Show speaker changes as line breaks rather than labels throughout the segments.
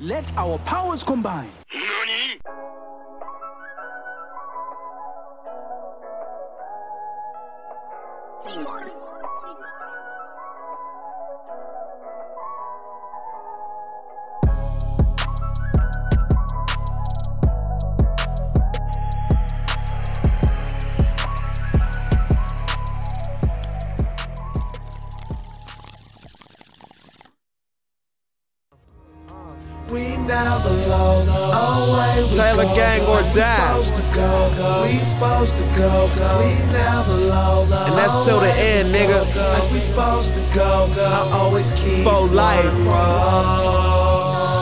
Let our powers combine.
We now belong. Away we
Taylor
go,
Gang or
we
die.
supposed to go, go. We supposed to go, go. We now belong.
And that's till the end, nigga.
Like we supposed to go, go. I always keep
For life.
one roll.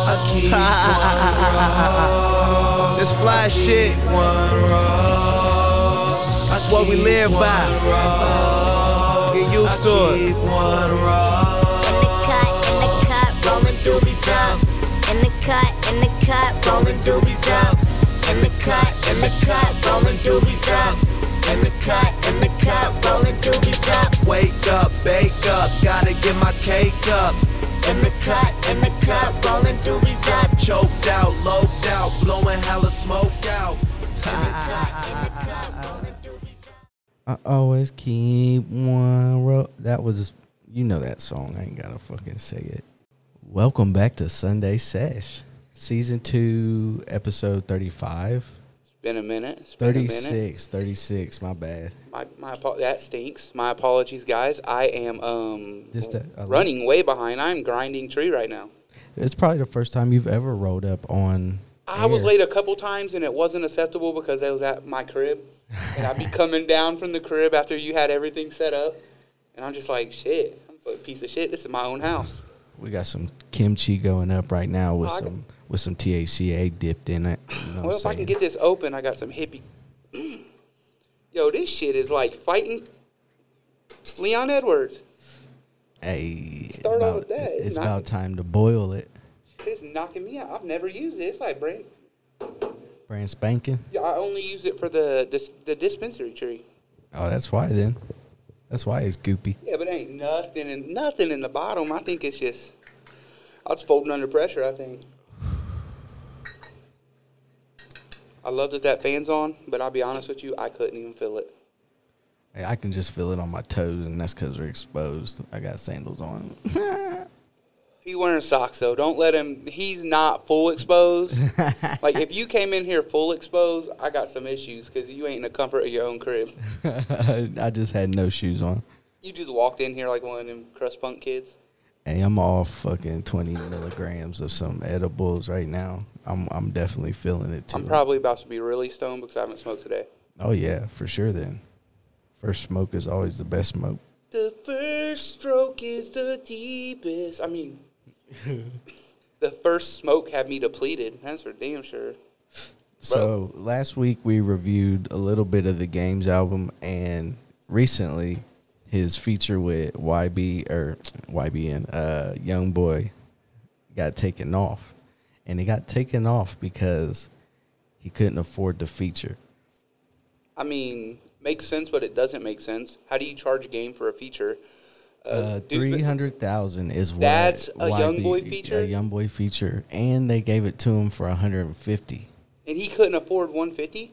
I keep
This fly shit,
one roll.
that's what we live by. Get used
I
to it.
keep one roll.
In the cut, in the cut, rolling doobies up. In the cut, in the cut, rolling doobies up. In the cut, in the cut, rolling doobies up. In the cut, in the cut, rolling doobies up.
Wake up, bake up. Gotta get my cake up.
In the cut, in the cut, rolling doobies up.
Choked out, loped out, blowing hella smoke out.
I always keep one roll. That was, you know, that song. I ain't gotta fucking say it. Welcome back to Sunday Sesh, season two, episode 35.
Been a minute. It's been a minute.
36, 36, my bad.
My, my apo- that stinks. My apologies, guys. I am um
Just that- I like-
running way behind. I'm grinding tree right now.
It's probably the first time you've ever rolled up on.
I was
air.
late a couple times and it wasn't acceptable because I was at my crib, and I'd be coming down from the crib after you had everything set up, and I'm just like, shit, I'm a piece of shit. This is my own house.
We got some kimchi going up right now with
Oh, I got-
some with some THCA dipped in it. You know what I'm
well, if I can
saying?
get this open, I got some hippie. Mm. Yo, this shit is like fighting Leon Edwards.
hey,
Start off
about-
with that. It's
It's
not-
about time to boil it.
It's knocking me out. I've never used it. It's like brain.
Brand spanking.
Yeah, I only use it for the dis- the dispensary tree.
Oh, that's why then. That's why it's goopy.
Yeah, but ain't nothing in nothing in the bottom. I think it's just I was folding under pressure. I think. I love that that fan's on, but I'll be honest with you, I couldn't even feel it.
Hey, I can just feel it on my toes, and that's because they're exposed. I got sandals on.
He wearing socks though. Don't let him. He's not full exposed. like if you came in here full exposed, I got some issues because you ain't in the comfort of your own crib.
I just had no shoes on.
You just walked in here like one of them crust punk kids.
Hey, I'm off fucking 20 milligrams of some edibles right now. I'm I'm definitely feeling it too.
I'm probably about to be really stoned because I haven't smoked today.
oh yeah, for sure. Then first smoke is always the best smoke.
The first stroke is the deepest. I mean, the first smoke had me depleted. That's for damn sure.
So last week we reviewed a little bit of the Games album, and recently his feature with YB or YBN, uh, Young Boy, got taken off, and it got taken off because he couldn't afford the feature.
I mean, makes sense, but it doesn't make sense. How do you charge a game for a feature?
Uh,
dude's been-
Three hundred thousand is what
That's a
YB
Young Boy feature?
a Young Boy feature, and they gave it to him for hundred and fifty.
And he couldn't afford 150.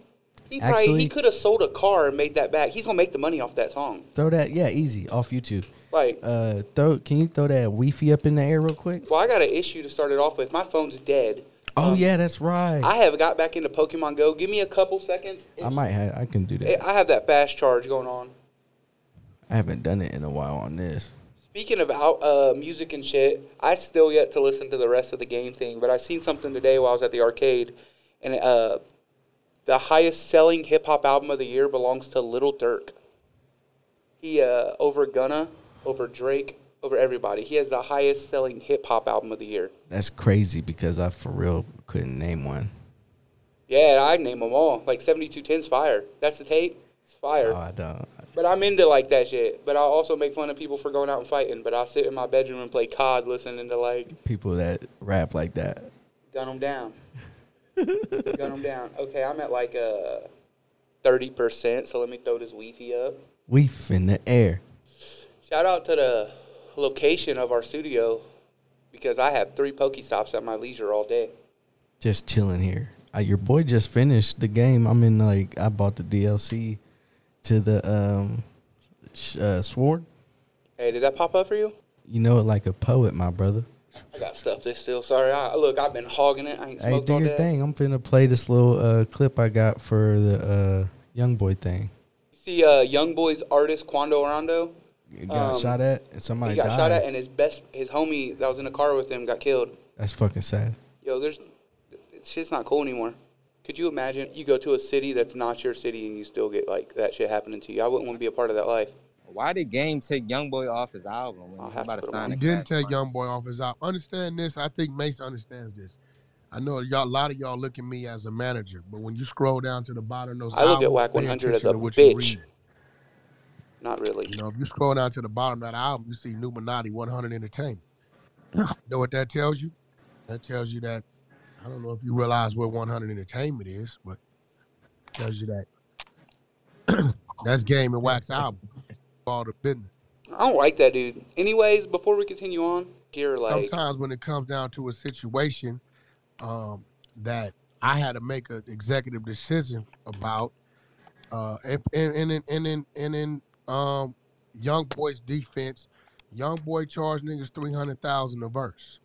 He probably
Actually-
he could have sold a car and made that back. He's gonna make the money off that song.
Throw that, yeah, easy off YouTube.
Like,
Uh, throw, can you throw that Wi-Fi up in the air real quick?
well, I got an issue to start it off with. My phone's dead.
Oh yeah, that's right.
Uh, I have got back into Pokemon Go. Give me a couple seconds.
I might have. I can do that.
I have that fast charge going on.
I haven't done it in a while on this.
Speaking of out, uh, music and shit, I still yet to listen to the rest of the game thing, but I seen something today while I was at the arcade, and uh, the highest selling hip hop album of the year belongs to Little Dirk. He uh, over Gunna, over Drake, over everybody. He has the highest selling hip hop album of the year.
That's crazy because I for real couldn't name one.
Yeah, and I name them all. Like 7210's fire. That's the tape. It's fire.
Oh, I don't.
But I'm into like that shit. But I also make fun of people for going out and fighting. But I sit in my bedroom and play COD, listening to like
People that rap like that.
Gun them down. Gun them down. Okay, I'm at like uh thirty percent. So let me throw this weefy up.
We finna air.
Shout out to the location of our studio. We because I have three Pokestops at my leisure all day.
Just chilling here. Uh, your boy just finished the game. I'm in like I bought the DLC to the um sh- uh, sword.
Hey, did that pop up for you?
You know it like a poet, my brother.
I got stuff that's still. Sorry, I, look, I've been hogging it. I ain't
Hey,
smoked
do
all
your
day.
thing. I'm finna play this little uh, clip I got for the uh, young boy thing.
You see, uh, Young Boy's artist Quando Rondo.
It got
Um,
shot at and somebody
he got
died.
shot at, and his best, his homie that was in the car with him got killed.
That's fucking sad.
Yo, there's shit's not cool anymore. Could you imagine you go to a city that's not your city and you still get like that shit happening to you? I wouldn't want to be a part of that life.
Why did Game take Youngboy off his album when
I'll
he
have to
was about
put
to
him
sign
on.
a
He didn't
contract?
take young boy off his out. Understand this. I think Mace understands this. I know y'all. A lot of y'all look at me as a manager, but when you scroll down to the bottom, of those
I look at
albums,
Wack
pay
100 as
attention
a
to what you
bitch.
read.
Not really.
You know, if you scroll down to the bottom of that album, you see Numinati 100 Entertainment. you know what that tells you? That tells you that I don't know if you realize what 100 Entertainment is, but it tells you that that's Game and Wax album. All the business.
I don't like that dude. Anyways, before we continue on, gear like
sometimes when it comes down to a situation um, that I had to make an executive decision about, uh, and and and in- and in and in um, young boy's defense, young boy charged niggas three hundred thousand a verse.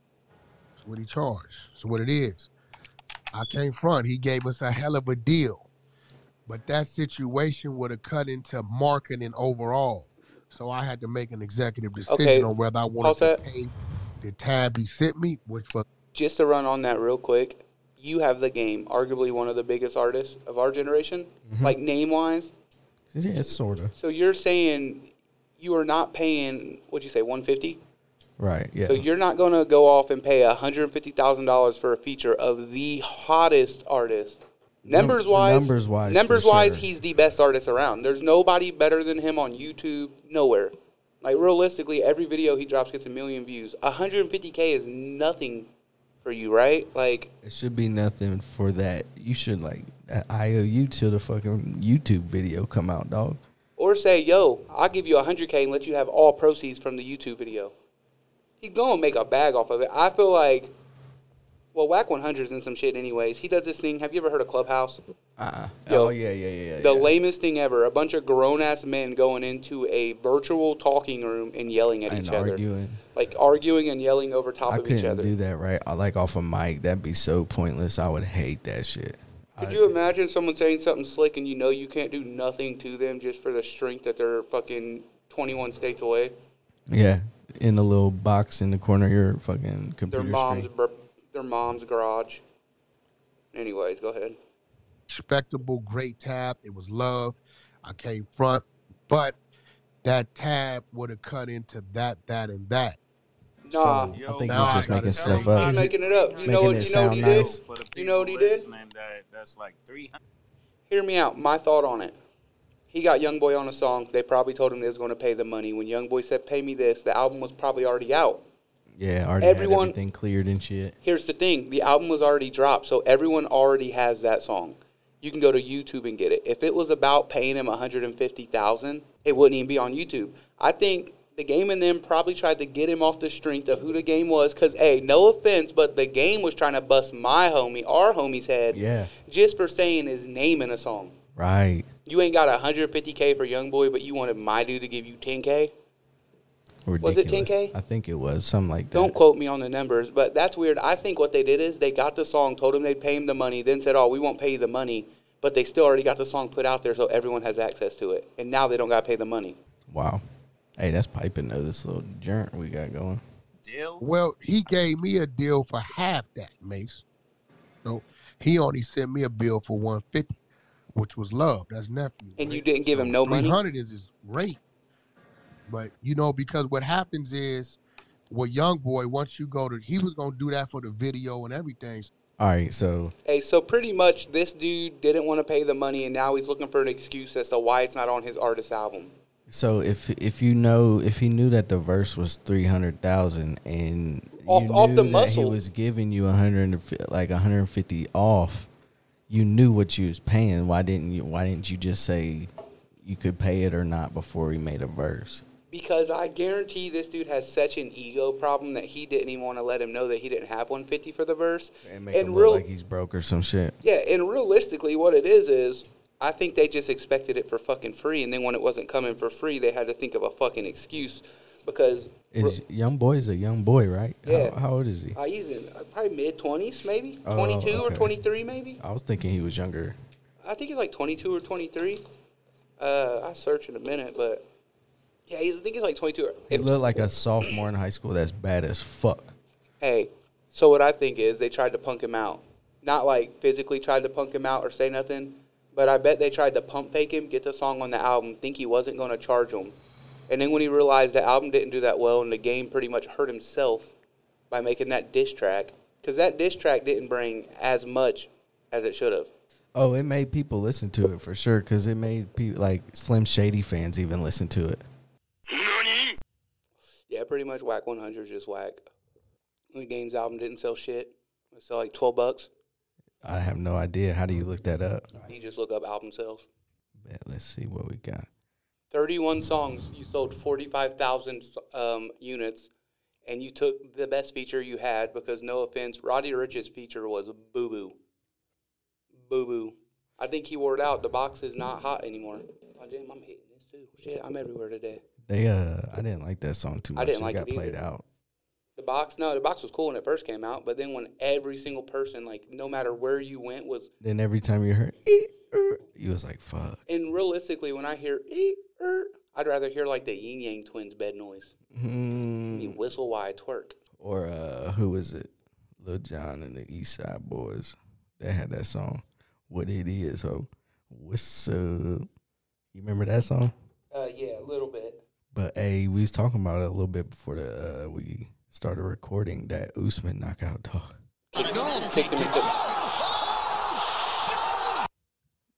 That's what he charged. That's what it is. I came front. He gave us a hell of a deal, but that situation would have cut into marketing overall. So I had to make an executive decision
Okay,
on whether I wanted
pause
to
that.
pay the tab he sent me, which was
just to run on that real quick, you have the game, arguably one of the biggest artists of our generation,
Mm-hmm.
like name wise.
Yeah, sort of.
So you're saying you are not paying what'd you say, one fifty?
Right. Yeah.
So you're not gonna go off and pay hundred and fifty thousand dollars for a feature of the hottest artist. Numbers wise,
numbers wise, for
numbers wise,
sure.
he's the best artist around. There's nobody better than him on YouTube. Nowhere. Like realistically, every video he drops gets a million views. 150k is nothing for you, right? Like
It should be nothing for that. You should like I- I owe you till the fucking YouTube video come out, dog.
Or say, yo, I'll give you 100K and let you have all proceeds from the YouTube video. He's going to make a bag off of it. I feel like, well, Whack 100's in some shit anyways. He does this thing. Have you ever heard of Clubhouse?
Uh-uh.
Yo,
oh yeah, yeah, yeah. yeah,
The
yeah.
lamest thing ever. A bunch of grown ass men going into a virtual talking room and yelling at
And
each other.
arguing.
Like arguing and yelling over top
I
of each
couldn't
other.
do that right. I like off a mic. That'd be so pointless. I would hate that shit.
Could you imagine someone saying something slick and you know you can't do nothing to them just for the strength that they're fucking 21 states away?
Yeah, in a little box in the corner of your fucking
their
computer
mom's
screen.
br- their mom's garage. Anyways, go ahead.
respectable, great tab. It was love. I came front, but that tab would have cut into that, that, and that.
Nah,
I think
Now I
he's just
gotta
making
tell
stuff
you,
up.
I'm making it up. You
Making it
know what? You know what
sound
he did.
nice.
For the people
You know what he did.
listening, That, that's like 300.
Hear me out. My thought on it. He got YoungBoy on a song. They probably told him they was going to pay the money. When YoungBoy said, "Pay me this," the album was probably already out.
Yeah, already had
Everyone-
everything cleared and shit.
Here's the thing: the album was already dropped, so everyone already has that song. You can go to YouTube and get it. If it was about paying him 150,000, it wouldn't even be on YouTube. I think the game and them probably tried to get him off the strength of who the game was. Cause hey, no offense, but the game was trying to bust my homie, our homie's head,
Yeah.
just for saying his name in a song.
Right.
You ain't got 150k for Young Boy, but you wanted my dude to give you 10k.
Ridiculous.
it 10K?
I think it was something like that.
Don't quote me on the numbers, but that's weird. I think what they did is they got the song, told him they'd pay him the money, then said, "Oh, we won't pay you the money," but they still already got the song put out there, so everyone has access to it, and now they don't got to pay the money.
Wow. Hey, that's piping though. This little joint we got going.
Deal.
Well, he gave me a deal for half that, Mace. So he only sent me a bill for 150, which was love. That's nephew.
And
right?
you didn't give him no money.
300 is his rate. But you know, because what happens is, well, young boy, once you go to, he was gonna do that for the video and everything.
All right, so
Hey, so pretty much this dude didn't want to pay the money, and now he's looking for an excuse as to why it's not on his artist album.
So if if you know if he knew that the verse was three hundred thousand and you
Off- off
knew
the
that
muscle.
he was giving you a hundred and fi- like hundred and fifty off, you knew what you was paying. Why didn't you? Why didn't you just say you could pay it or not before he made a verse?
because I guarantee this dude has such an ego problem that he didn't even want to let him know that he didn't have 150 for the verse.
and make him look
real-
like he's broke or some shit.
yeah, and realistically, what it is is I think they just expected it for fucking free, and then when it wasn't coming for free, they had to think of a fucking excuse because
Is young boy is a young boy, right?
Yeah.
How, how old is he?
uh, he's in uh, probably mid 20s, maybe
Oh,
22 or
okay.
23, maybe.
I was thinking he was younger.
I think he's like 22 or 23. Uh, I search in a minute, but yeah, he's, I think he's like 22. Or,
He looked like a sophomore in high school. That's bad as fuck.
hey, so what I think is they tried to punk him out. Not like physically tried to punk him out or say nothing, but I bet they tried to pump fake him, get the song on the album, think he wasn't going to charge him. And then when he realized the album didn't do that well and the game pretty much hurt himself by making that diss track, because that diss track didn't bring as much as it should have.
Oh, it made people listen to it for sure because it made people like Slim Shady fans even listen to it.
Yeah, pretty much whack 100 is just whack. The game's album didn't sell shit. It sold like 12 bucks.
I have no idea. How do you look that up?
You just look up album sales.
Bet, let's see what we got.
31 songs. You sold 45,000 um, units, and you took the best feature you had because, no offense, Roddy Rich's feature was boo boo. Boo boo. I think he wore it out. The box is not hot anymore. Oh, damn, I'm hitting this too. Shit, I'm everywhere today.
They uh, I didn't like that song too
I
much.
didn't
it
like
got
it
played
either.
out.
The box, no, the box was cool when it first came out, but then when every single person, like, no matter where you went, was.
Then every time you heard, "Eek, er," you was like, "Fuck."
And realistically, when I hear ee, er, I'd rather hear, like, the yin yang twins bed noise.
Hmm.
You whistle while I twerk.
Or uh, who was it? Lil Jon and the East Side Boys. They had that song. What it is? Oh, what's up? You remember that song?
Uh, yeah, a little bit.
But hey, we was talking about it a little bit before the uh, we started recording that Usman knockout dog.
Kicked him into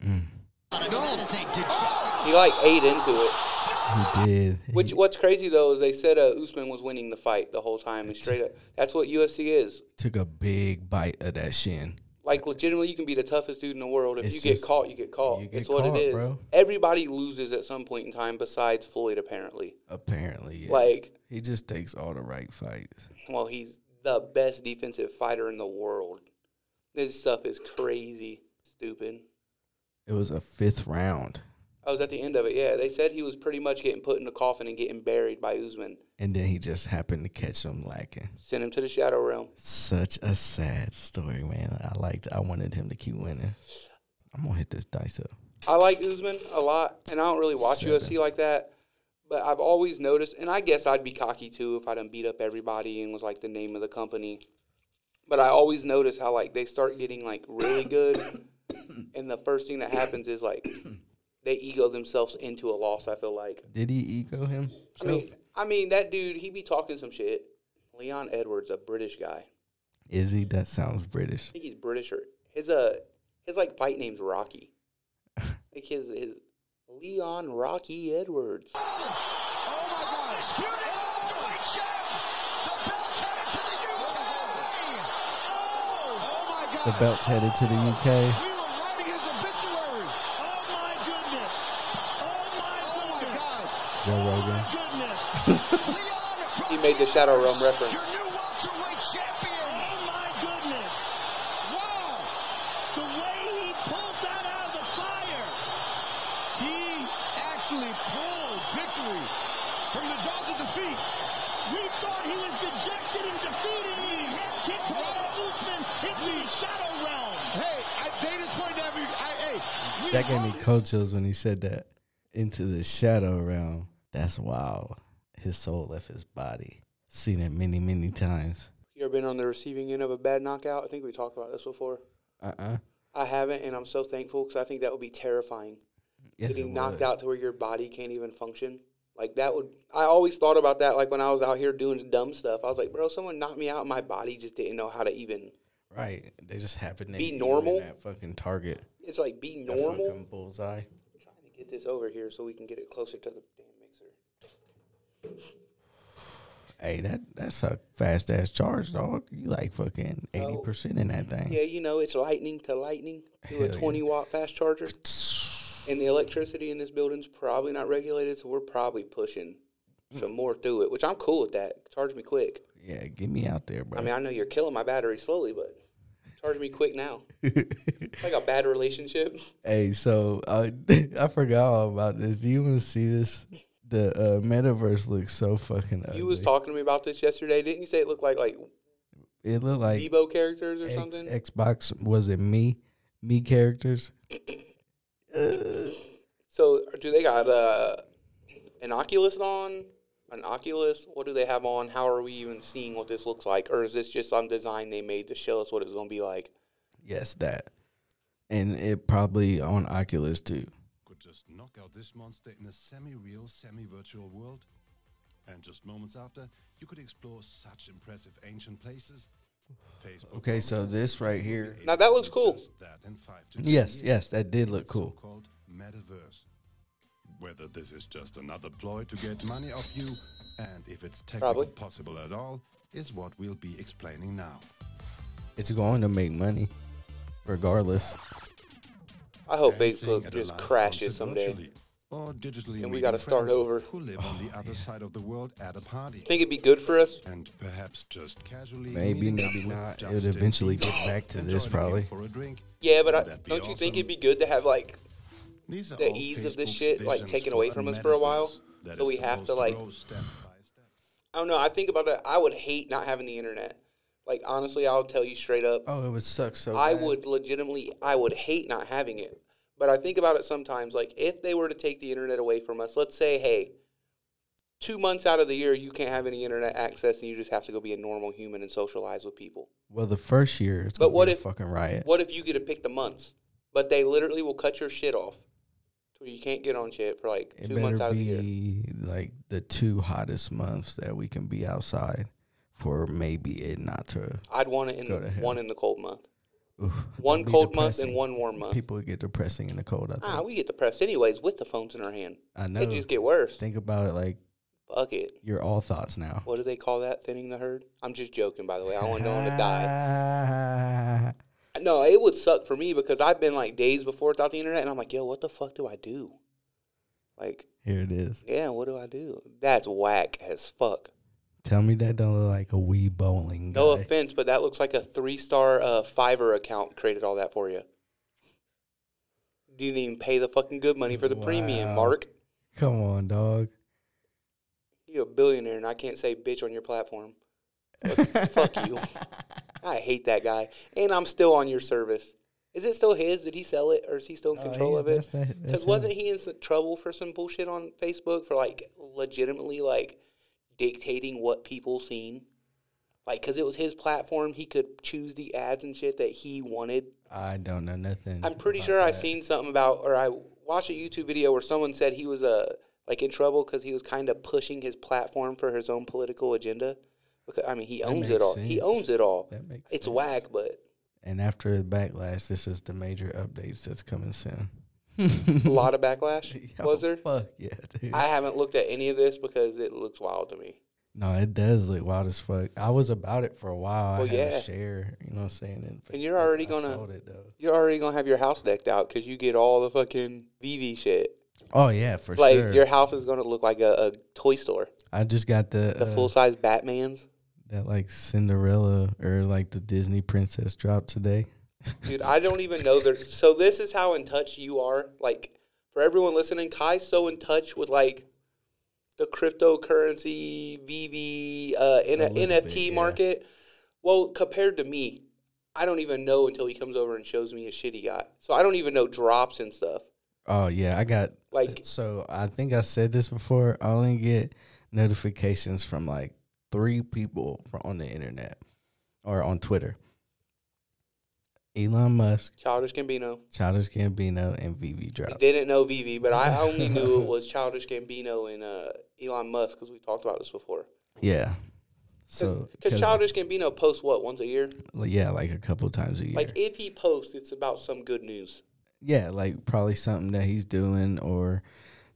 Mm.
He like ate into it.
He did.
Which
He-
what's crazy though is they said uh, Usman was winning the fight the whole time and straight up. That's what UFC is.
took a big bite of that shin.
Like legitimately, you can be the toughest dude in the world. If
It's
you get
just-
caught, you get caught.
you get
it's what
caught,
it is.
bro.
Everybody loses at some point in time, besides Floyd. Apparently,
Apparently, yeah.
like
he just takes all the right fights.
well, he's the best defensive fighter in the world. This stuff is crazy, stupid.
It was a fifth round,
I was at the end of it. Yeah, they said he was pretty much getting put in the coffin and getting buried by Usman.
and then he just happened to catch him lacking.
Sent him to the shadow realm.
Such a sad story, man. I liked. I wanted him to keep winning. I'm gonna hit this dice up.
I like Usman a lot, and I don't really watch
Seven.
UFC like that. But I've always noticed, and I guess I'd be cocky too if I done beat up everybody and was like the name of the company. But I always notice how like they start getting like really good, and the first thing that happens is like they ego themselves into a loss. I feel like.
Did he ego him?
I mean, I mean that dude, he be talking some shit. Leon Edwards, a British guy.
Is he? That sounds British.
I think he's British or his uh his like fight name's Rocky. Like his his Leon Rocky Edwards.
The belt's headed to the UK.
We were writing his obituary. Oh my goodness. Oh my goodness.
Joe Rogan.
Goodness.
He made the Shadow Realm reference.
Oh my goodness. Wow. The way he pulled that out of the fire. He actually pulled victory from the jaws of defeat. We thought he was dejected and defeated when he head kicked Kamara Usman into the shadow realm. Hey, I, they just pointed out. I, hey,
That gave me cold chills when he said that. Into the shadow realm. That's wild. His soul left his body. Seen it many, many times.
You ever been on the receiving end of a bad knockout? I think we talked about this before.
Uh uh
I haven't, and I'm so thankful because I think that would be terrifying. getting knocked out to where your body can't even function. Like that would. I always thought about that. Like when I was out here doing dumb stuff, I was like, bro, someone knocked me out. My body just didn't know how to even.
Right. They just happened to
Be
hit you in
normal?
That fucking target.
It's like be
That
normal.
fucking bullseye.
Let me get this over here so we can get it closer to the damn mixer.
Hey, that that's a fast ass charge, dog. You like fucking eighty percent in that thing.
Oh. Yeah, you know, it's lightning to lightning through a
Hell yeah.
20 watt fast charger. And the electricity in this building's probably not regulated, so we're probably pushing some more through it, which I'm cool with that. Charge me quick.
Yeah, get me out there, bro.
I mean, I know you're killing my battery slowly, but charge me quick now. It's like a bad relationship.
hey, so I I forgot all about this. Do you want to see this? The uh, metaverse looks so fucking ugly.
You was talking to me about this yesterday, didn't you? Say it looked like like
it looked like
Debo characters or
X-
something.
Xbox was it me, me characters. Uh,
So do they got uh, an Oculus on? An Oculus? What do they have on? How are we even seeing what this looks like? Or is this just some design they made to show us what it's gonna be like?
Yes, that, and it probably on Oculus too.
could just knock out this monster in a semi real, semi virtual world. And just moments after, you could explore such impressive ancient places. Facebook
Okay, so
promises
this right
you will be
here-
able
Now that
to
looks
do
cool.
just that in five to ten
Yes,
years
yes, that did look
the
cool.
So-called metaverse. Whether this is just another ploy to get money off you, and if it's technically
Probably.
possible at all, is what we'll be explaining now.
It's going to make money, regardless.
I hope
Dancing
Oh, Facebook
at a
just
live
crashes
concert
someday.
virtually, Or digitally
And we
meeting
gotta start
friends
over. Oh,
Who live on the other side of the world at a party.
Think it'd be good for us?
And perhaps just casually.
Maybe,
meeting up
maybe
with
not. It would
Justin
eventually
Bieber
get back to
and
this,
joining him
probably.
For a drink.
Yeah, but I,
That'd be
don't you think
awesome.
it'd be good to have like
These are
the
all
ease of this
Facebook's
shit, like,
visions
taken
for
away from us for a while?
metaverse that
So
is
we have to,
supposed to
like-
grow step by step.
I don't know. I think about that. I would hate not having the internet. Like honestly, I'll tell you straight up.
Oh, it would suck so.
I
bad.
would legitimately, I would hate not having it. But I think about it sometimes. Like, if they were to take the internet away from us, let's say, hey, two months out of the year, you can't have any internet access and you just have to go be a normal human and socialize with people.
Well, the first year, it's
But
gonna
what
be
if-
a fucking riot?
What if you get to pick the months? But they literally will cut your shit off to where you can't get on shit for like
It
two months out
better
of the year.
be like the two hottest months that we can be outside for maybe it not to.
I'd want it in
Go
the,
to hell.
one in the cold month,
Oof,
one
it'd be
cold month and
depressing.
one warm month.
People would get depressing in the cold. I think.
ah, we get depressed anyways with the phones in our hand.
I know.
It just get worse.
think about it like
Fuck it.
your all thoughts now.
What do they call that? Thinning the herd? I'm just joking, by the way. I want no one to die. No, it would suck for me because I've been like days before without the internet, and I'm like, yo, what the fuck do I do? Like,
Here it is.
yeah, what do I do? That's whack as fuck.
Tell me that don't look like a wee bowling.
No
guy.
offense, but that looks like a three star uh, Fiverr account created all that for you. Didn't even pay the fucking good money for the premium,
Wow.
Mark.
Come on, dog.
You're a billionaire, and I can't say bitch on your platform. But fuck you. I hate that guy. And I'm still on your service. Is it still his? Did he sell it, or is he still in
Oh,
control
he's-
of it?
that's the- that's
Because
him.
wasn't he in some trouble for some bullshit on Facebook for like legitimately like dictating what people seen? Like, because it was his platform, he could choose the ads and shit that he wanted.
I don't know nothing.
I'm pretty
about
sure I
that.
seen something about, or I watched a YouTube video where someone said he was uh, like in trouble because he was kind of pushing his platform for his own political agenda. Because I mean, he owns it
makes
all. He
sense.
owns it all.
That makes
it's
sense.
whack, but
And after the backlash, this is the major updates that's coming soon.
a lot of backlash was
Yo,
there.
Fuck yeah, dude.
I haven't looked at any of this because it looks wild to me.
no, it does look wild as fuck. I was about it for a while.
Well,
I had
yeah.
a share. You know what I'm saying?
And you're already
I
gonna-
sold it though.
You're already gonna have your house decked out because you get all the fucking VV shit.
Oh yeah, for
like
sure.
your house is gonna look like a, a toy store.
I just got the
The
uh,
full size Batman's.
that like Cinderella or like the Disney princess drop today.
Dude, I don't even know there. So this is how in touch you are. Like for everyone listening, Kai's so in touch with like the cryptocurrency, VV, uh, N-
A little
NFT
bit, yeah.
market. Well, compared to me, I don't even know until he comes over and shows me his shit he got. So I don't even know drops and stuff.
Oh yeah, I got
Like-
so. I think I said this before. I only get notifications from like three people fro- on the internet or on Twitter: Elon Musk,
Childish Gambino.
Childish Gambino, and VV Drops.
Didn't know Vivi, but I only knew it was Childish Gambino and uh, Elon Musk because we talked about this before.
Yeah. So
Because Childish Gambino posts what once a year.
yeah, like a couple times a year.
Like if he posts, it's about some good news.
yeah, like probably something that he's doing or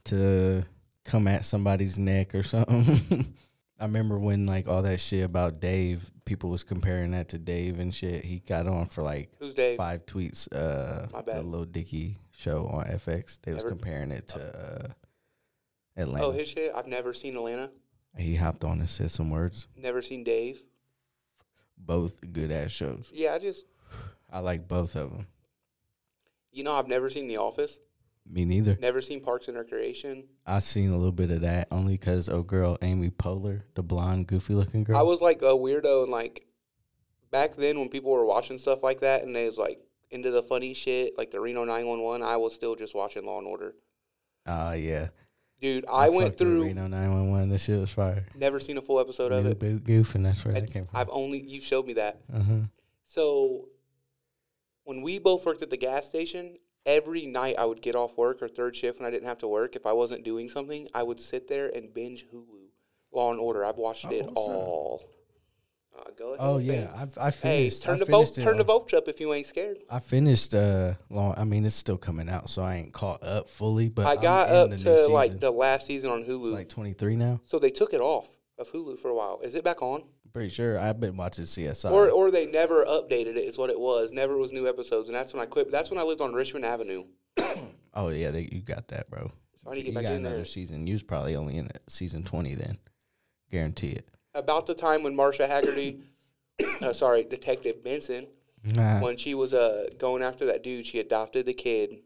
to come at somebody's neck or something. I remember when like all that shit about Dave, people was comparing that to Dave and shit. He got on for like
Who's Dave?
five tweets. Uh,
My bad.
The Lil Dicky show on FX. They was
Never-
comparing it to uh, Atlanta.
Oh, his shit. I've never seen Atlanta.
He hopped on and said some words.
Never seen Dave.
Both good ass shows.
Yeah, I just
I like both of them.
you know I've never seen The Office.
Me neither.
Never seen Parks and Recreation.
I seen a little bit of that only because oh girl Amy Poehler, the blonde goofy looking girl.
I was like a weirdo and like back then when people were watching stuff like that and they was like into the funny shit like the Reno 911. I was still just watching Law and Order.
Ah yeah.
Dude, I, went
fucked with
through.
Reno 911. This shit was fire.
Never seen a full episode of
New
it.
boot goof, and that's where that
It's-
came from.
I've only you showed me that.
Uh huh.
So when we both worked at the gas station, every night I would get off work or third shift when I didn't have to work. If I wasn't doing something, I would sit there and binge Hulu, Law and Order. I've watched it all. Uh, go ahead.
Oh
babe.
yeah, I've, I
Hey,
finished.
turn
I
the
finished
vote.
it
Turn the
all.
vote up if you ain't scared.
I finished. Uh, long. I mean, it's still coming out, so I ain't caught up fully. But
I
I'm
got
in
up
the
to
new
like
season.
the last season on Hulu,
It's like 23 now.
so they took it off of Hulu for a while. Is it back on?
I'm pretty sure. I've been watching CSI.
Or, or they never updated it is what it was. Never was new episodes, and that's when I quit. That's when I lived on Richmond Avenue.
oh yeah, they, you got that, bro.
So I need to get
you
back
got
in
another
there.
season. You was probably only in it- season 20 then. Guarantee it.
About the time when Marsha Haggerty, uh, sorry, Detective Benson,
Nah.
when she was uh, going after that dude, she adopted the kid.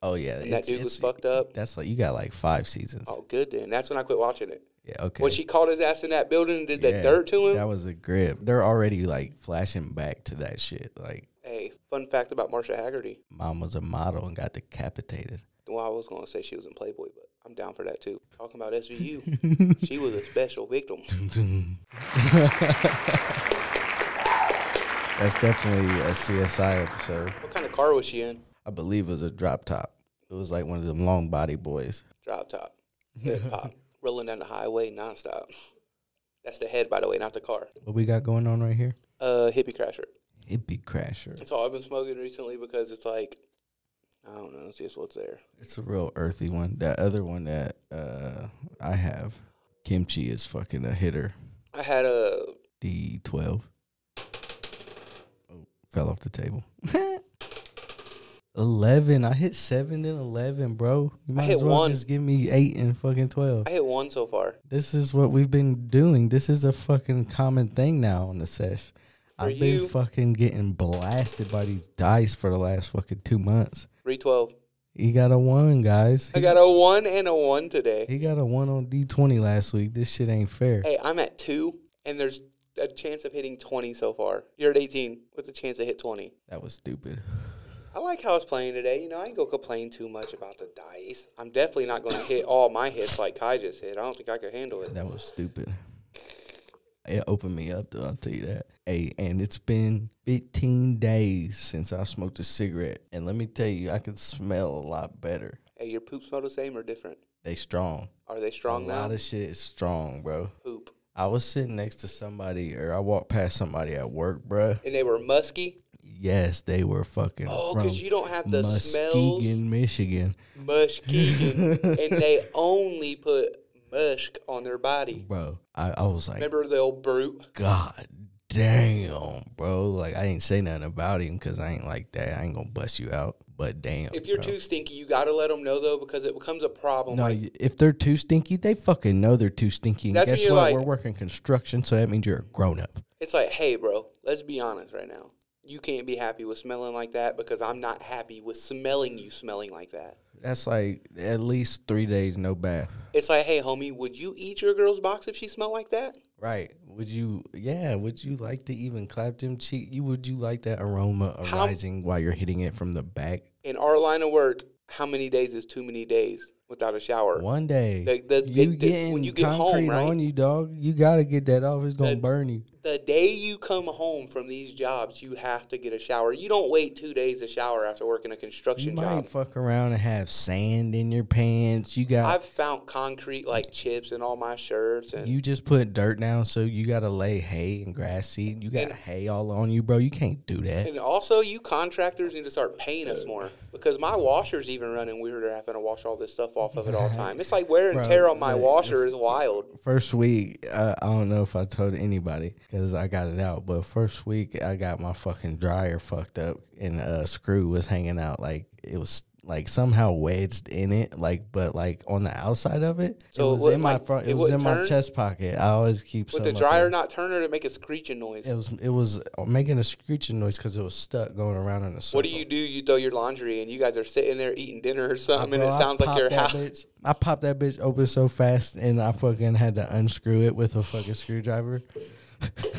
Oh yeah,
And that dude was fucked up.
That's like you got like five seasons.
Oh, good then. That's when I quit watching it.
yeah, okay.
When she caught his ass in that building and did
Yeah,
that dirt to him.
That was a grip. They're already like flashing back to that shit. Like
hey, fun fact about Marsha Haggerty.
mom was a model and got decapitated.
Well, I was going to say she was in Playboy, but I'm down for that too. Talking about SVU, she was a special victim.
That's definitely a CSI episode.
What kind of car was she in?
I believe it was a drop top. It was like one of them long body boys.
Drop top, hip hop, rolling down the highway nonstop. That's the head, by the way, not the car.
What we got going on right here?
Uh, hippie crasher.
Hippie crasher.
That's all I've been smoking recently because it's like, I don't know, it's just what's there.
It's a real earthy one. That other one that uh, I have, kimchi is fucking a hitter.
I had a
D twelve. Oh, fell off the table. eleven. I hit seven then eleven, bro. You might
hit
as well
one.
just give me eight and fucking twelve.
I hit one so far.
This is what we've been doing. This is a fucking common thing now on the sesh.
For
I've been
you.
fucking getting blasted by these dice for the last fucking two months.
Three twelve.
He got a one, guys.
I got a one and a one today.
He got a one on D twenty last week. This shit ain't fair.
Hey, I'm at two, and there's a chance of hitting twenty so far. You're at eighteen with a chance to hit twenty.
That was stupid.
I like how it's playing today. You know, I ain't gonna complain too much about the dice. I'm definitely not gonna hit all my hits like Kai just hit. I don't think I could handle it.
That was stupid. It opened me up, though, I'll tell you that. Hey, and it's been 15 days since I smoked a cigarette. And let me tell you, I can smell a lot better.
Hey, your poop smell the same or different?
They strong.
Are they strong
a lot
now?
of shit is strong, bro.
poop.
I was sitting next to somebody, or I walked past somebody at work, bruh.
And they were musky.
Yes, they were fucking.
Oh,
from
because you don't have the smells.
Muskegon, Michigan,
Muskegon. and they only put musk on their body.
bro. I, I was like,
Remember the old brute?
God damn, bro. Like I ain't say nothing about him because I ain't like that. I ain't gonna bust you out. But damn,
If you're
Oh, bro.
too stinky, you gotta let them know though, because it becomes a problem.
no,
like,
y- if they're too stinky, they fucking know they're too stinky. And
That's when
guess
you're
what?
like-
We're working construction, so that means you're a grown up.
It's like, hey, bro, let's be honest right now. You can't be happy with smelling like that because I'm not happy with smelling you smelling like that.
That's like at least three days no bath.
It's like, hey, homie, would you eat your girl's box if she smelled like that?
Right? Would you? Yeah. Would you like to even clap them cheek? You would you like that aroma
How-
arising while you're hitting it from the back?
In our line of work, how many days is too many days without a shower?
One day,
The- the-
you
the- the-
getting
when you get home,
concrete
right?
on you, dog. You gotta get that off. It's gonna
The-
burn you.
The day you come home from these jobs, you have to get a shower. You don't wait two days to shower after working a
You
construction
might
job.
fuck around and have sand in your pants. You got
I've found concrete like chips in all my shirts and
you just put dirt down, so you gotta lay hay and grass seed. You got
And-
hay all on you, bro. You can't do that.
And also, you contractors need to start paying us more because my washer's even running weirder having to wash all this stuff off of it all the time. It's like wear and
Bro,
tear on my
look,
washer is wild.
First week, uh, I don't know if I told anybody 'cause because I got it out. But first week, I got my fucking dryer fucked up, and a screw was hanging out. Like it was like somehow wedged in it, like but like on the outside of it.
So it
it was
wouldn't,
in my
like-
front. It,
it
was in
wouldn't
my
turn?
chest pocket. I always keep
With
some
the
up
dryer
in-
not turning, it make a screeching noise.
It was it was making a screeching noise because it was stuck going around in a circle.
What do you do? You throw your laundry and you guys are sitting there eating dinner or
I-
something,
bro,
and it
I
sounds like
popped
your
that
house.
bitch- I popped that bitch open so fast, and I fucking had to unscrew it with a fucking screwdriver.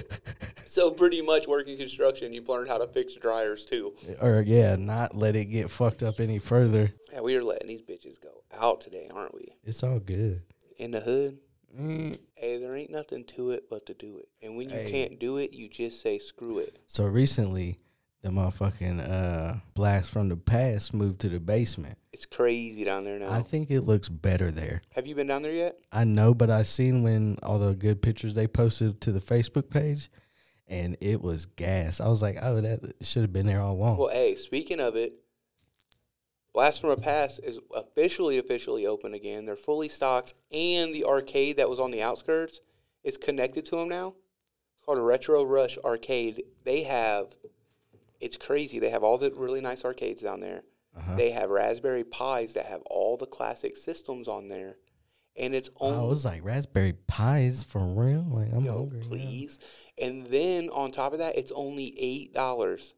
So pretty much working construction, you've learned how to fix dryers too.
Or yeah, not let it get fucked up any further.
Yeah, we are letting these bitches go out today, aren't we?
It's all good.
In the hood. Hey, there ain't nothing to it but to do it. And when you can't do it, you just say screw it.
So recently, the motherfucking uh, blast from the past moved to the basement.
It's crazy down there now.
I think it looks better there.
Have you been down there yet?
I know, but I seen when all the good pictures they posted to the Facebook page, and it was gas. I was like, oh, that should have been there all along.
Well, hey, speaking of it, Blast from a Past is officially, officially open again. They're fully stocked, and the arcade that was on the outskirts is connected to them now. It's called Retro Rush Arcade. They have, it's crazy. They have all the really nice arcades down there. They have Raspberry Pis that have all the classic systems on there, and it's
I
only
was like, raspberry pies for real? Like, I'm
Yo,
hungry. now.
please. And then on top of that, it's only eight dollars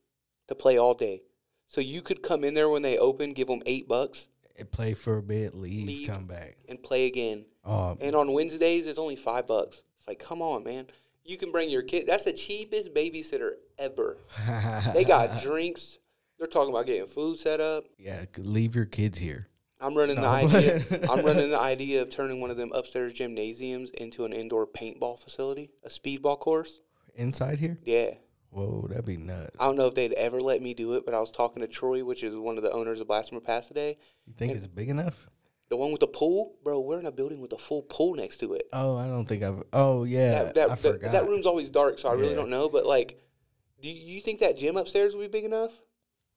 to play all day. So you could come in there when they open, give them eight bucks,
It Play for a bit, leave,
Leave.
come back.
and play again.
Oh,
And on Wednesdays, it's only five bucks. It's like, come on, man. You can bring your kid. That's the cheapest babysitter ever. They got drinks. They're talking about getting food set up.
yeah, c- leave your kids here.
I'm running the
No,
idea.
but-
I'm running the idea of turning one of them upstairs gymnasiums into an indoor paintball facility, a speedball course.
Inside here?
Yeah,
Whoa, that'd be nuts.
I don't know if they'd ever let me do it, but I was talking to Troy, which is one of the owners of Blasphemer Pass today.
You think it's big enough?
The one with the pool, bro. We're in a building with a full pool next to it.
Oh, I don't think I've. Oh, yeah.
that, that,
I
that-
forgot.
that room's always dark, so I really
Yeah.
don't know. But like, do you think that gym upstairs would be big enough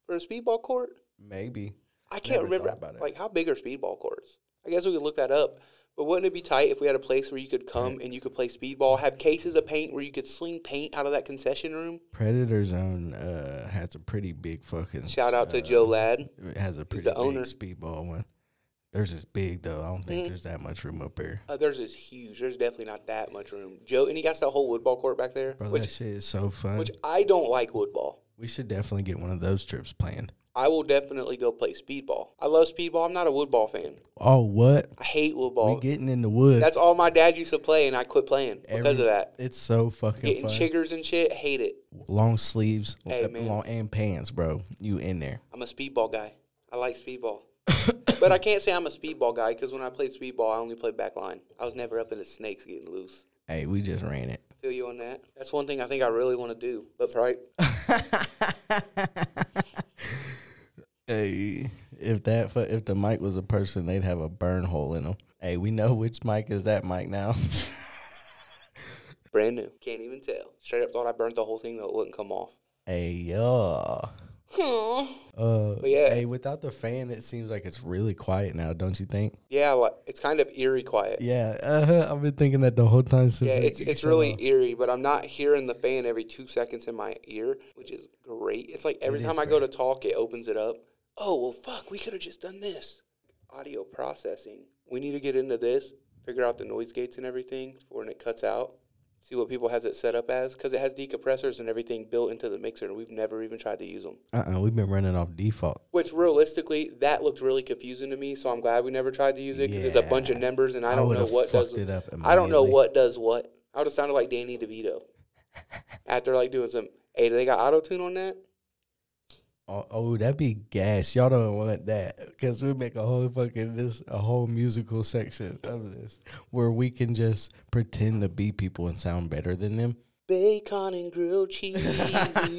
for a speedball court?
Maybe.
I can't
Never
remember.
thought about it.
Like, how big are speedball courts? I guess we could look that up. But wouldn't it be tight if we had a place where you could come and you could play speedball, have cases of paint where you could sling paint out of that concession room?
Predator Zone uh, has a pretty big fucking.
Shout out to
uh,
Joe Ladd.
It has a pretty
the
big
owner. Mm-hmm.
speedball one. Theirs is big, though. I don't think there's that much room up there.
Uh, theirs is huge. There's definitely not that much room. Joe, and he got that whole wood ball court back there,
Bro, that
which
shit is so fun.
which I don't like wood ball.
we should definitely get one of those trips planned.
I will definitely go play speedball. I love speedball. I'm not a wood ball fan.
Oh, what?
I hate wood
We
ball.
getting in the woods.
That's all my dad used to play, and I quit playing because
Every-
of that.
It's so fucking
Getting
fun.
chiggers and shit, hate it.
long sleeves,
Hey,
uh,
man.
long and pants, bro. You in there?
I'm a speedball guy. I like speedball. but I can't say I'm a speedball guy because when I played speedball, I only played back line. I was never up in the snakes getting loose.
Hey, we just ran it.
Feel you on that? That's one thing I think I really want to do. But right,
Hey, if that fu- if the mic was a person, they'd have a burn hole in them. Hey, we know which mic is that mic now.
brand new. Can't even tell. Straight up thought I burnt the whole thing, though it wouldn't come off.
hey, y'all. Uh,
yeah.
Hey, without the fan, it seems like it's really quiet now, don't you think?
Yeah, like, it's kind of eerie quiet.
Yeah, uh, I've been thinking that the whole time since.
Yeah,
it-
it's it's
so,
really
uh,
eerie, but I'm not hearing the fan every two seconds in my ear, which is great. It's like every time I go to talk, it opens it up. Oh well, fuck, we could have just done this. Audio processing. We need to get into this, figure out the noise gates and everything for when it cuts out. See what people has it set up as, because it has decompressors and everything built into the mixer, and we've never even tried to use them.
uh-uh, we've been running off default.
Which realistically, that looked really confusing to me. So I'm glad we never tried to use it because it's a bunch of
Yeah.
numbers, and I
I
don't know
would've
what does.
fucked it up
I don't know
immediately.
what does what. I would have sounded like Danny DeVito after like doing some. Hey, do they got auto tune on that?
Oh, oh, that'd be gas. Y'all don't want that because we make a whole fucking this a whole musical section of this where we can just pretend to be people and sound better than them.
Bacon and grilled cheese.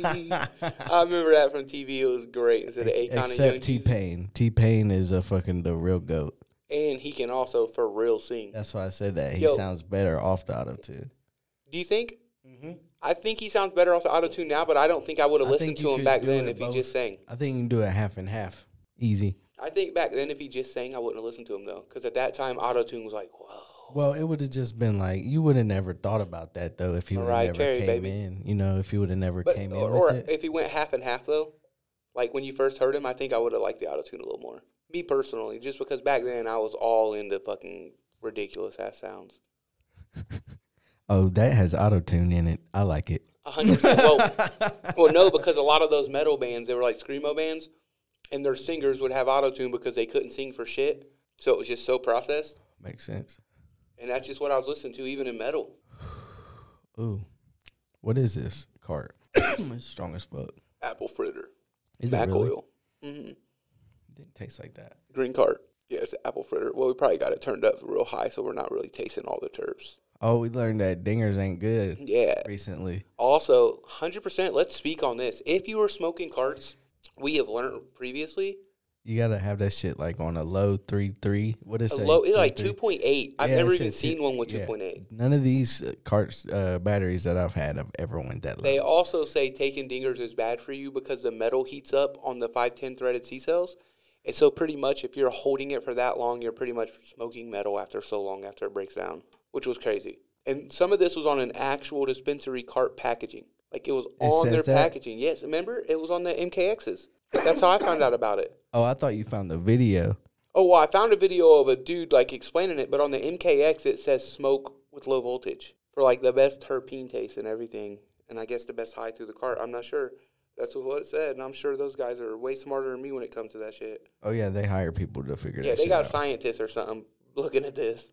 I remember that from TV. It was great. Instead of Akon and Young
Except T
Jeezy.
Pain. T Pain is a fucking the real goat.
and he can also for real sing.
That's why I said that he
Yo.
sounds better off the auto tune.
Do you think? I think he sounds better off the auto tune now, but I don't think I would have
I
listened
think
to
you
him
could
back
do
then
it
if
both.
he just sang.
I think you can do it half and half, easy.
I think back then, if he just sang, I wouldn't have listened to him though, because at that time, auto tune was like, whoa.
Well, it would have just been like you would have never thought about that though if he would have
Mariah
never
Carey,
came
baby.
in. You know, if he would have never
But
came in.
or,
with
or
it.
if he went half and half though, like when you first heard him, I think I would have liked the auto tune a little more. Me personally, just because back then I was all into fucking ridiculous ass sounds.
Oh, that has auto tune in it. I like it.
A hundred percent. Well, well, no, because a lot of those metal bands, they were like screamo bands, and their singers would have auto tune because they couldn't sing for shit. So it was just so processed,
Makes sense.
and that's just what I was listening to, even in metal.
Ooh, what is this cart? it's strong as fuck.
Apple fritter,
Is
back
it really?
oil, hmm
Didn't taste like that.
green cart. Yeah, it's apple fritter. Well, we probably got it turned up real high, so we're not really tasting all the terps.
Oh, we learned that dingers ain't good
Yeah,
recently.
Also, 100%, let's speak on this. If you are smoking carts, we have learned previously,
You gotta have that shit like on a low three three. What is
a
it?
low, it's
Three,
like
three?
2.8. I've
Yeah,
never
it
even
says
seen
two-
one with
yeah.
2.8.
None of these uh, carts uh, batteries that I've had have ever went that low.
They also say taking dingers is bad for you because the metal heats up on the 510 threaded C cells. And so, pretty much, if you're holding it for that long, you're pretty much smoking metal after so long after it breaks down, which was crazy. And some of this was on an actual dispensary cart packaging. Like it was on their
says that?
packaging. Yes, remember? It was on the MKXs. That's how I found out about it.
oh, I thought you found the video.
Oh, well, I found a video of a dude like explaining it, but on the MKX it says smoke with low voltage for like the best terpene taste and everything, and I guess the best high through the cart. I'm not sure. That's what it said, and I'm sure those guys are way smarter than me when it comes to that shit.
Oh yeah, they hire people to figure.
yeah,
that
they
shit
got
out.
scientists or something looking at this.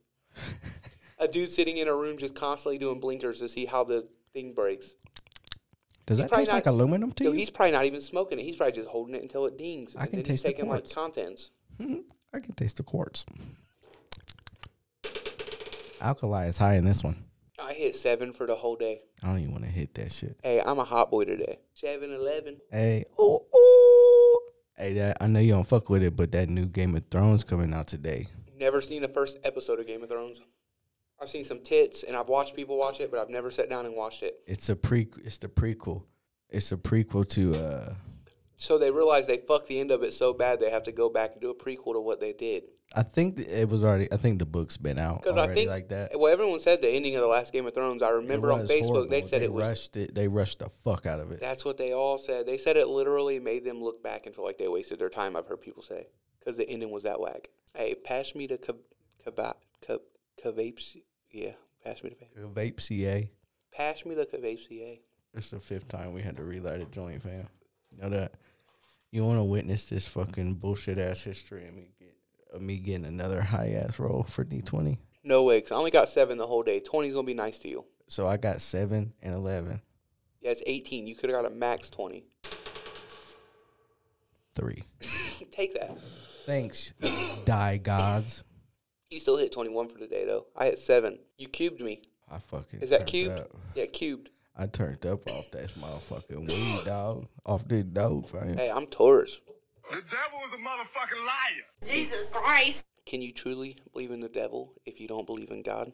a dude sitting in a room just constantly doing blinkers to see how the thing breaks.
Does
He
that
probably
taste like
not-
aluminum to
Yo,
you?
he's probably not even smoking it. He's probably just holding it until it dings,
I
and
can
then he's
taste the
taking like
quartz.
contents.
Mm-hmm. I can taste the quartz. Alkali is high in this one.
I hit seven for the whole day.
I don't even want to hit that shit.
Hey, I'm a hot boy today. 7 Eleven.
Hey, ooh, ooh. Hey, that, I know you don't fuck with it, but that new Game of Thrones coming out today.
Never seen the first episode of Game of Thrones. I've seen some tits and I've watched people watch it, but I've never sat down and watched it.
It's a pre. It's the prequel. It's a prequel to. uh
So they realize they fucked the end of it so bad they have to go back and do a prequel to what they did.
I think th- it was already. I think the book's been out
Because
already
I think
like that.
Well, everyone said the ending of the last Game of Thrones. I
It
remember on
was
Facebook
horrible.
they said it was.
rushed it. They rushed the fuck out of it.
That's what they all said. They said it literally made them look back and feel like they wasted their time. I've heard people say because the ending was that whack. Hey, pass me the kebab, kebab, keb, kebabes. Yeah, pass me the vape.
Vape CA.
Pass me the eh? kebab, CA.
It's the fifth time we had to relight a joint, fam. You know that. You want to witness this fucking bullshit ass history and me get of me getting another high ass roll for D twenty.
No way, 'cause I only got seven the whole day. 20's going to be nice to you.
So I got seven and eleven.
Yeah, it's 18. You could have got a max 20.
Three.
Take that.
Thanks, die gods.
You still hit 21 for the day, though. I hit seven. You cubed me.
I fucking
Is that
turned
cubed?
up.
Yeah, cubed.
I turned up off that motherfucking weed, dog. Off this dope, fam.
Hey, I'm Taurus.
The devil is a motherfucking liar.
Can you truly believe in the devil if you don't believe in God?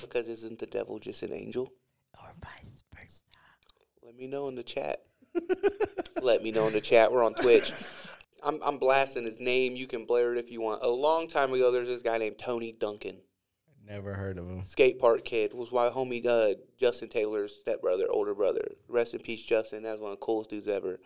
Because isn't the devil just an angel?
Or vice versa.
Let me know in the chat. Let me know in the chat. We're on Twitch. I'm, I'm blasting his name. You can blare it if you want. A long time ago, there's this guy named Tony Duncan.
Never heard of him.
skate park kid was my homie uh, Justin Taylor's stepbrother, older brother. Rest in peace, Justin. That's one of the coolest dudes ever.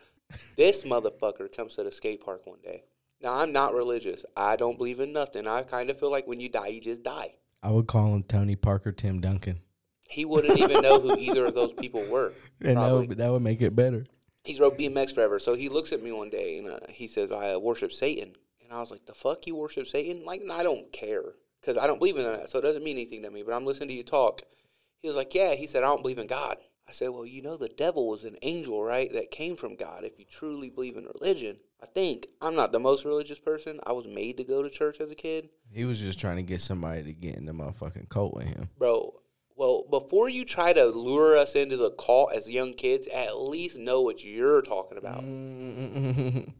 This motherfucker comes to the skate park one day. Now I'm not religious. I don't believe in nothing. I kind of feel like when you die, you just die.
I would call him Tony Parker, Tim Duncan.
He wouldn't even know who either of those people were.
And that
probably.
would, that would make it better.
He's rode BMX forever. So he looks at me one day and uh, he says, "I uh, worship Satan." And I was like, "The fuck you worship Satan?" Like, I don't care because I don't believe in that, so it doesn't mean anything to me. But I'm listening to you talk. He was like, "Yeah." He said, "I don't believe in God." I said, "Well, you know, the devil was an angel, right? That came from God. If you truly believe in religion, I think I'm not the most religious person. I was made to go to church as a kid,
He was just trying to get somebody to get in the motherfucking cult with him.
bro." Well, before you try to lure us into the cult as young kids, at least know what you're talking about.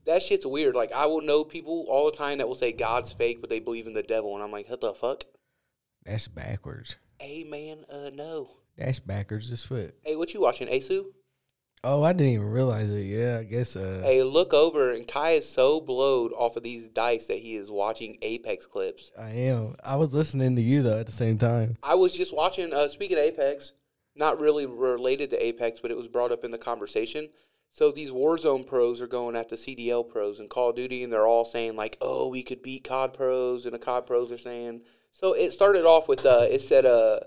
that shit's weird. Like I will know people all the time that will say God's fake, but they believe in the devil, and I'm like, what the fuck?
That's backwards.
Hey man, uh, no.
That's backwards as fuck.
Hey, what you watching, Asu?
Oh, I didn't even realize it. Yeah, I guess. Uh,
Hey, look over, and Kai is so blowed off of these dice that he is watching Apex clips.
I am. I was listening to you though at the same time.
I was just watching. Uh, speaking of Apex, not really related to Apex, but it was brought up in the conversation. So these Warzone pros are going at the CDL pros and Call of Duty, and they're all saying like, "Oh, we could beat COD pros," and the COD pros are saying. So it started off with uh, it said uh,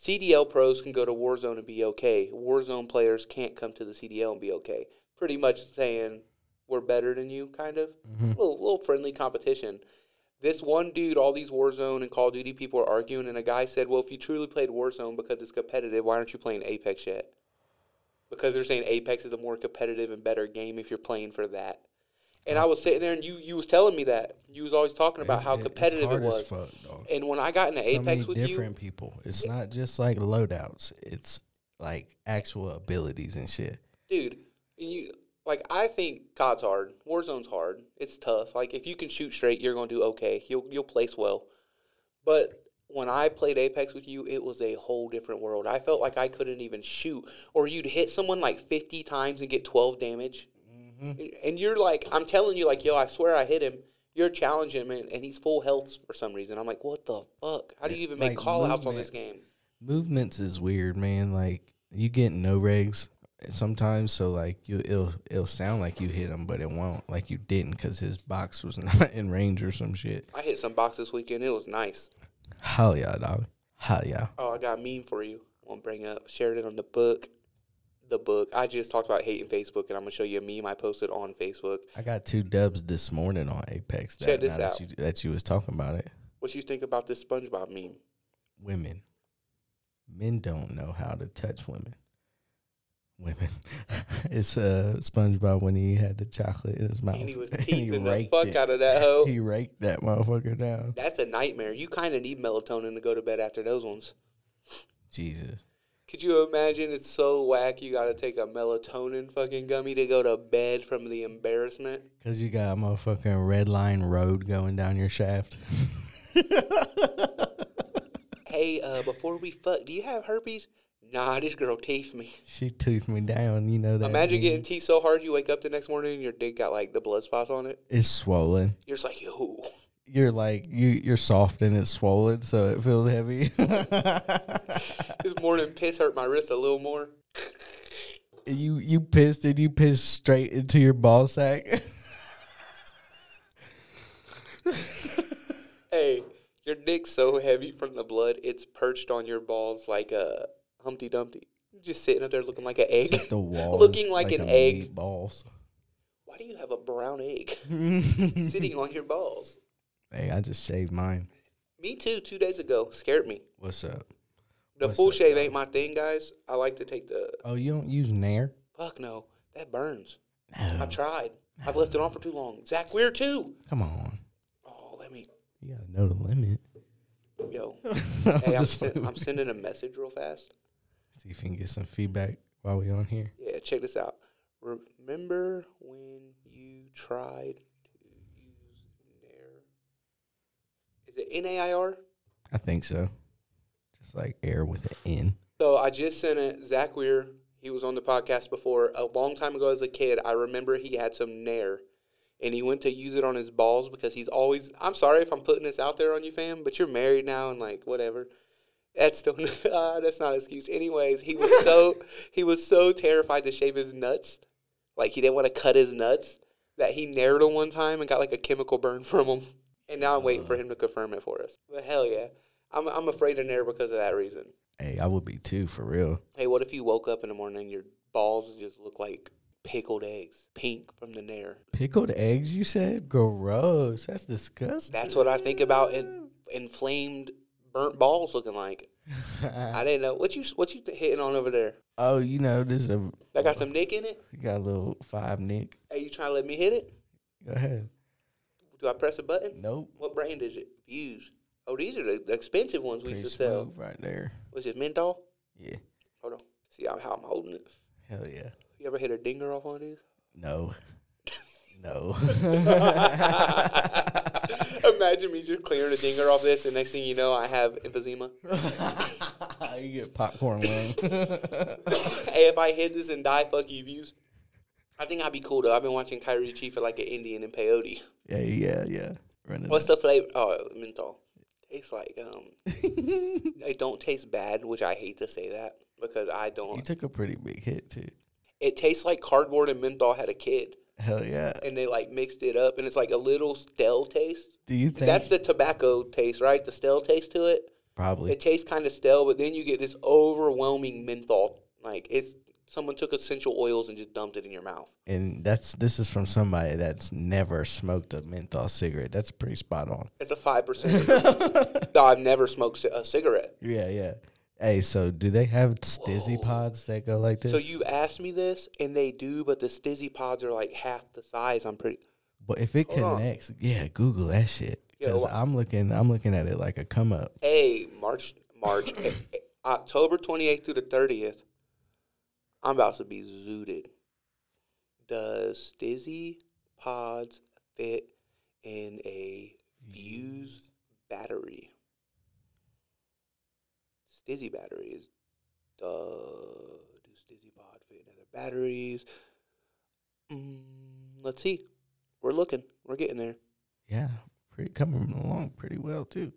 CDL pros can go to Warzone and be okay. Warzone players can't come to the CDL and be okay. Pretty much saying we're better than you, kind of.
Mm-hmm.
Little, little friendly competition this one dude, all these Warzone and Call of Duty people are arguing, and a guy said, "Well, if you truly played Warzone because it's competitive, why aren't you playing Apex yet?" Because they're saying Apex is a more competitive and better game if you're playing for that. And I was sitting there, and you you was telling me that you was always talking about
It's-
how
it-
competitive
it's hard
it was.
As fuck, dog.
And when I got into
so many
Apex with you,
different people. It's not just like loadouts. It's like actual abilities and shit.
dude, you like I think COD's hard, Warzone's hard, it's tough. Like if you can shoot straight, you're gonna do okay. You'll you'll place well. But when I played Apex with you, it was a whole different world. I felt like I couldn't even shoot, or you'd hit someone like 50 times and get 12 damage.
Mm-hmm.
And- And you're like, I'm telling you, like, yo, I swear I hit him. You're challenging him, and, and he's full health for some reason. I'm like, what the fuck? How do you even make
Like
call outs on this game?
movements. Movements is weird, man. Like you get no regs sometimes, so like you it'll it'll sound like you hit him, but it won't. Like you didn't because his box was not in range or some shit.
I hit some box this weekend. It was nice.
Hell yeah, dog. Hell yeah.
Oh, I got a meme for you. I'm gonna bring up. Shared it on the book. The book. I just talked about hating Facebook, and I'm gonna show you a meme I posted on Facebook.
I got two dubs this morning on Apex. That,
Check this
now
out.
That you, that you was talking about it.
What you think about this SpongeBob meme?
Women, men don't know how to touch women. Women, it's uh, SpongeBob when he had the chocolate in his mouth.
And he was
and
teething the
raked
fuck
it.
out of that hoe.
He raked that motherfucker down.
That's a nightmare. You kind of need melatonin to go to bed after those ones.
Jesus.
Could you imagine? It's so whack. You gotta take a melatonin fucking gummy to go to bed from the embarrassment.
Cause you got a motherfucking red line road going down your shaft.
Hey, uh, before we fuck, do you have herpes? Nah, this girl teeth me.
she toothed me down, you know that.
Imagine
dude.
getting teeth so hard you wake up the next morning and your dick got like the blood spots on it.
it's swollen.
You're just like, yo.
You're like you you're soft and it's swollen, so it feels heavy.
This morning piss hurt my wrist a little more.
you you pissed and you pissed straight into your ball sack.
Hey, your dick's so heavy from the blood, it's perched on your balls like a Humpty Dumpty. You're just sitting up there looking like an egg.
Except the wall is
looking like, an
a
egg.
Balls.
Why do you have a brown egg
hey,
sitting on your balls?
I just shaved mine.
Me too, two days ago. Scared me.
What's up?
The
What's
full
up,
shave ain't my thing, guys. I like to take the.
Oh, you don't use Nair?
Fuck no. That burns. I tried. I've left it on for too long. Zach Weir too.
Come on,
Oh, let me.
you gotta know the limit.
Yo.
I'm
Hey, I'm,
just
sen-
fucking
I'm
with you.
sending a message real fast.
See if you can get some feedback while we on here.
Yeah, check this out. Remember when you tried to use Nair? Is it N A I R?
I think so. Just like air with an N.
So I just sent it. Zach Weir, he was on the podcast before. A long time ago as a kid, I remember he had some Nair. And he went to use it on his balls because he's always. I'm sorry if I'm putting this out there on you, fam, but you're married now and like whatever. That's still uh, that's not an excuse. Anyways, he was so he was so terrified to shave his nuts, like he didn't want to cut his nuts, that he nared him one time and got like a chemical burn from him. And now I'm waiting for him to confirm it for us. But hell yeah, I'm I'm afraid of nair because of that reason.
Hey, I would be too for real.
Hey, what if you woke up in the morning and your balls just look like pickled eggs, pink from the nair?
Pickled eggs, you said? Gross. That's disgusting.
That's what I think about in, inflamed, burnt balls looking like. I didn't know what you what you hitting on over there.
oh, you know, this is a
That got some dick in it.
you got a little five nick.
Hey, you trying to let me hit it?
Go ahead.
Do I press a button?
Nope.
What brand is it? Views. Oh, these are the the expensive ones we
Pretty
used to sell.
smooth right there.
Was it menthol?
Yeah.
Hold on. See how, how I'm holding it.
Hell yeah.
You ever hit a dinger off on these?
No. no.
Imagine me just clearing a dinger off this, and next thing you know, I have emphysema.
you get popcorn lung.
hey, if I hit this and die, fuck you views. I think I'd be cool though. I've been watching Kyrie Chief for like an Indian and peyote.
yeah, yeah, yeah. Run it
What's
up.
the flavor? Oh, menthol. Tastes like um. it don't taste bad, which I hate to say that because I
You
don't.
took a pretty big hit too.
It tastes like cardboard and menthol had a kid,
Hell yeah.
and they like mixed it up, and it's like a little stale taste.
Do you think
That's the tobacco taste, right? The stale taste to it.
probably?
It tastes kind of stale, but then you get this overwhelming menthol. Like it's someone took essential oils and just dumped it in your mouth.
and that's this is from somebody that's never smoked a menthol cigarette. That's pretty spot on.
It's a five percent. no, I've never smoked ci- a cigarette.
Yeah, yeah. Hey, so do they have stizzy pods that go like this?
So you asked me this, and they do, but the stizzy pods are like half the size. I'm pretty.
but if it
Hold on.
connects, yeah, Google that shit.
Yeah,
Because
wha-
I'm looking, I'm looking at it like a come up.
Hey, March, March, eh, eh, October 28th through the 30th. I'm about to be zooted. Does stizzy pods fit in a fuse battery? Stizzy batteries. Duh. Do stizzy pod fit in other batteries? Mm, let's see. We're looking. We're getting there.
Yeah, pretty coming along pretty well too.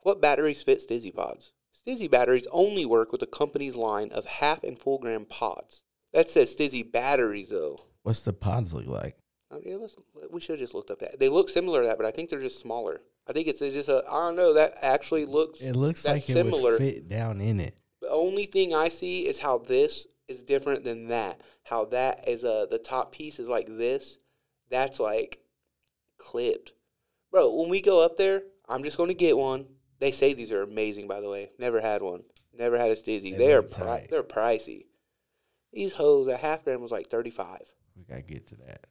What batteries fit Stizzy pods? Stizzy batteries only work with the company's line of half and full gram pods. That says Stizzy batteries, though.
What's the pods look like?
I mean, let's, we should have just looked up that. They look similar to that, but I think they're just smaller. I think it's, it's just a, I don't know, that actually looks,
It looks
that's
like it
similar.
would fit down in it.
The only thing I see is how this is different than that. How that is, uh, the top piece is like this. That's like clipped. Bro, when we go up there, I'm just going to get one. They say these are amazing, by the way. Never had one. Never had a Stizzy.
They
They are
look
pri-
tight.
they're pricey. These hoes, a half gram was like 35.
We gotta get to that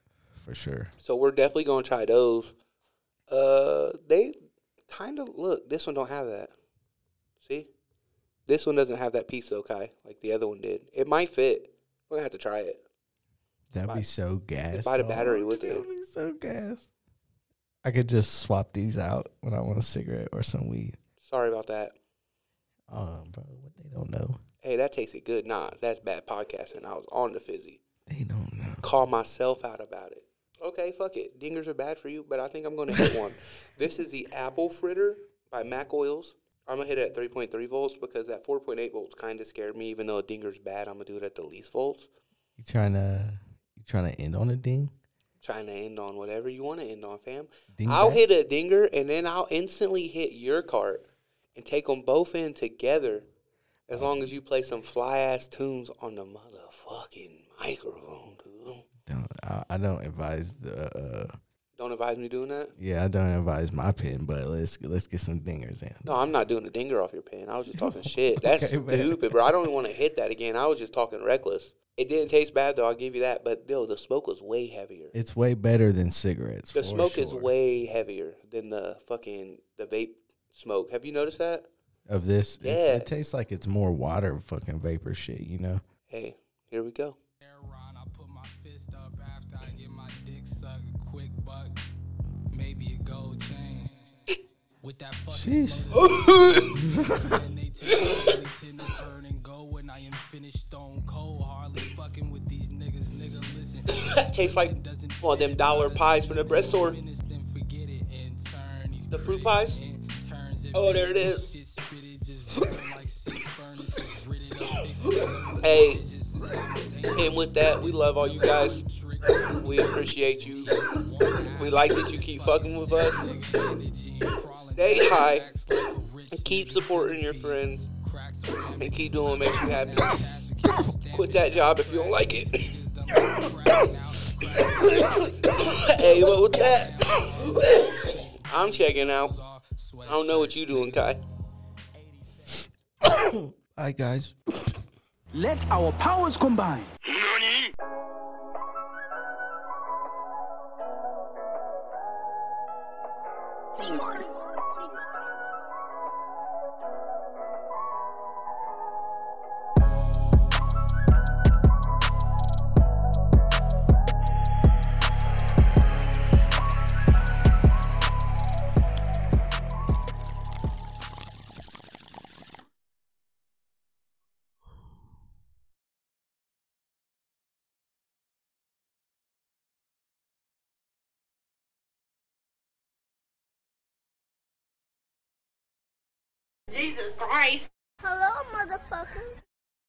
for sure.
So we're definitely going to try those. Uh, they kind of look. This one don't have that. See, this one doesn't have that piece though, Kai. Like the other one did. It might fit. We're gonna have to try it.
That'd
Buy-
be so gas.
buy the battery with it.
That'd be so gas. I could just swap these out when I want a cigarette or some weed.
Sorry about that.
Oh, bro, what they don't know.
Hey, that tasted good. Nah, that's bad podcasting. I was on the fizzy.
They don't know.
Call myself out about it. Okay, fuck it. Dingers are bad for you, but I think I'm gonna hit one. This is the Apple Fritter by Mac Oils. I'm gonna hit it at 3.3 volts because that 4.8 volts kind of scared me. Even though a dinger's bad, I'm gonna do it at the least volts.
You trying to you trying to end on a ding?
trying to end on whatever you want to end on, fam.
Ding
I'll
back.
hit a dinger and then I'll instantly hit your cart and take them both in together as long as you play some fly ass tunes on the motherfucking microphone, dude.
Don't I, I don't advise the uh,
Don't advise me doing that.
yeah I don't advise my pen, but let's let's get some dingers in.
No, I'm not doing a dinger off your pen. I was just talking shit. That's
Okay, man.
stupid, bro. I don't even want to hit that again. I was just talking reckless. It didn't taste bad though. I'll give you that. But yo, the smoke was way heavier.
It's way better than cigarettes.
The
for
smoke is
sure.
way heavier than the fucking the vape smoke. Have you noticed that?
of this.
Yeah.
It's, it tastes like it's more water, fucking vapor shit. You know.
Hey, here we go.
Aaron, I put my fist up after I get my dick sucked. Quick buck, maybe a gold chain. With that fucking
Sheesh.
flow and they typically tend to turn and go when I am finished stone cold. Hardly fucking with these niggas, nigga. Listen,
That tastes like one of them dollar pies from the bread store.
minutes, then forget it and turn these
The fruit
critics
pies?
interns and
Oh, there it
make
is.
this Shit spit it, just burn like six furnaces, grit it up, fix it,
Hey.
bitches is simultaneous.
And with that, we love all you guys. We appreciate you. We like that you keep fucking with us. Stay high. And keep supporting your friends. And keep doing what makes you happy. Quit that job if you don't like it. hey, what with that? I'm checking out. I don't know what you doing, Kai.
Hi guys.
Let our powers combine.
Jesus Christ. Hello, motherfucker.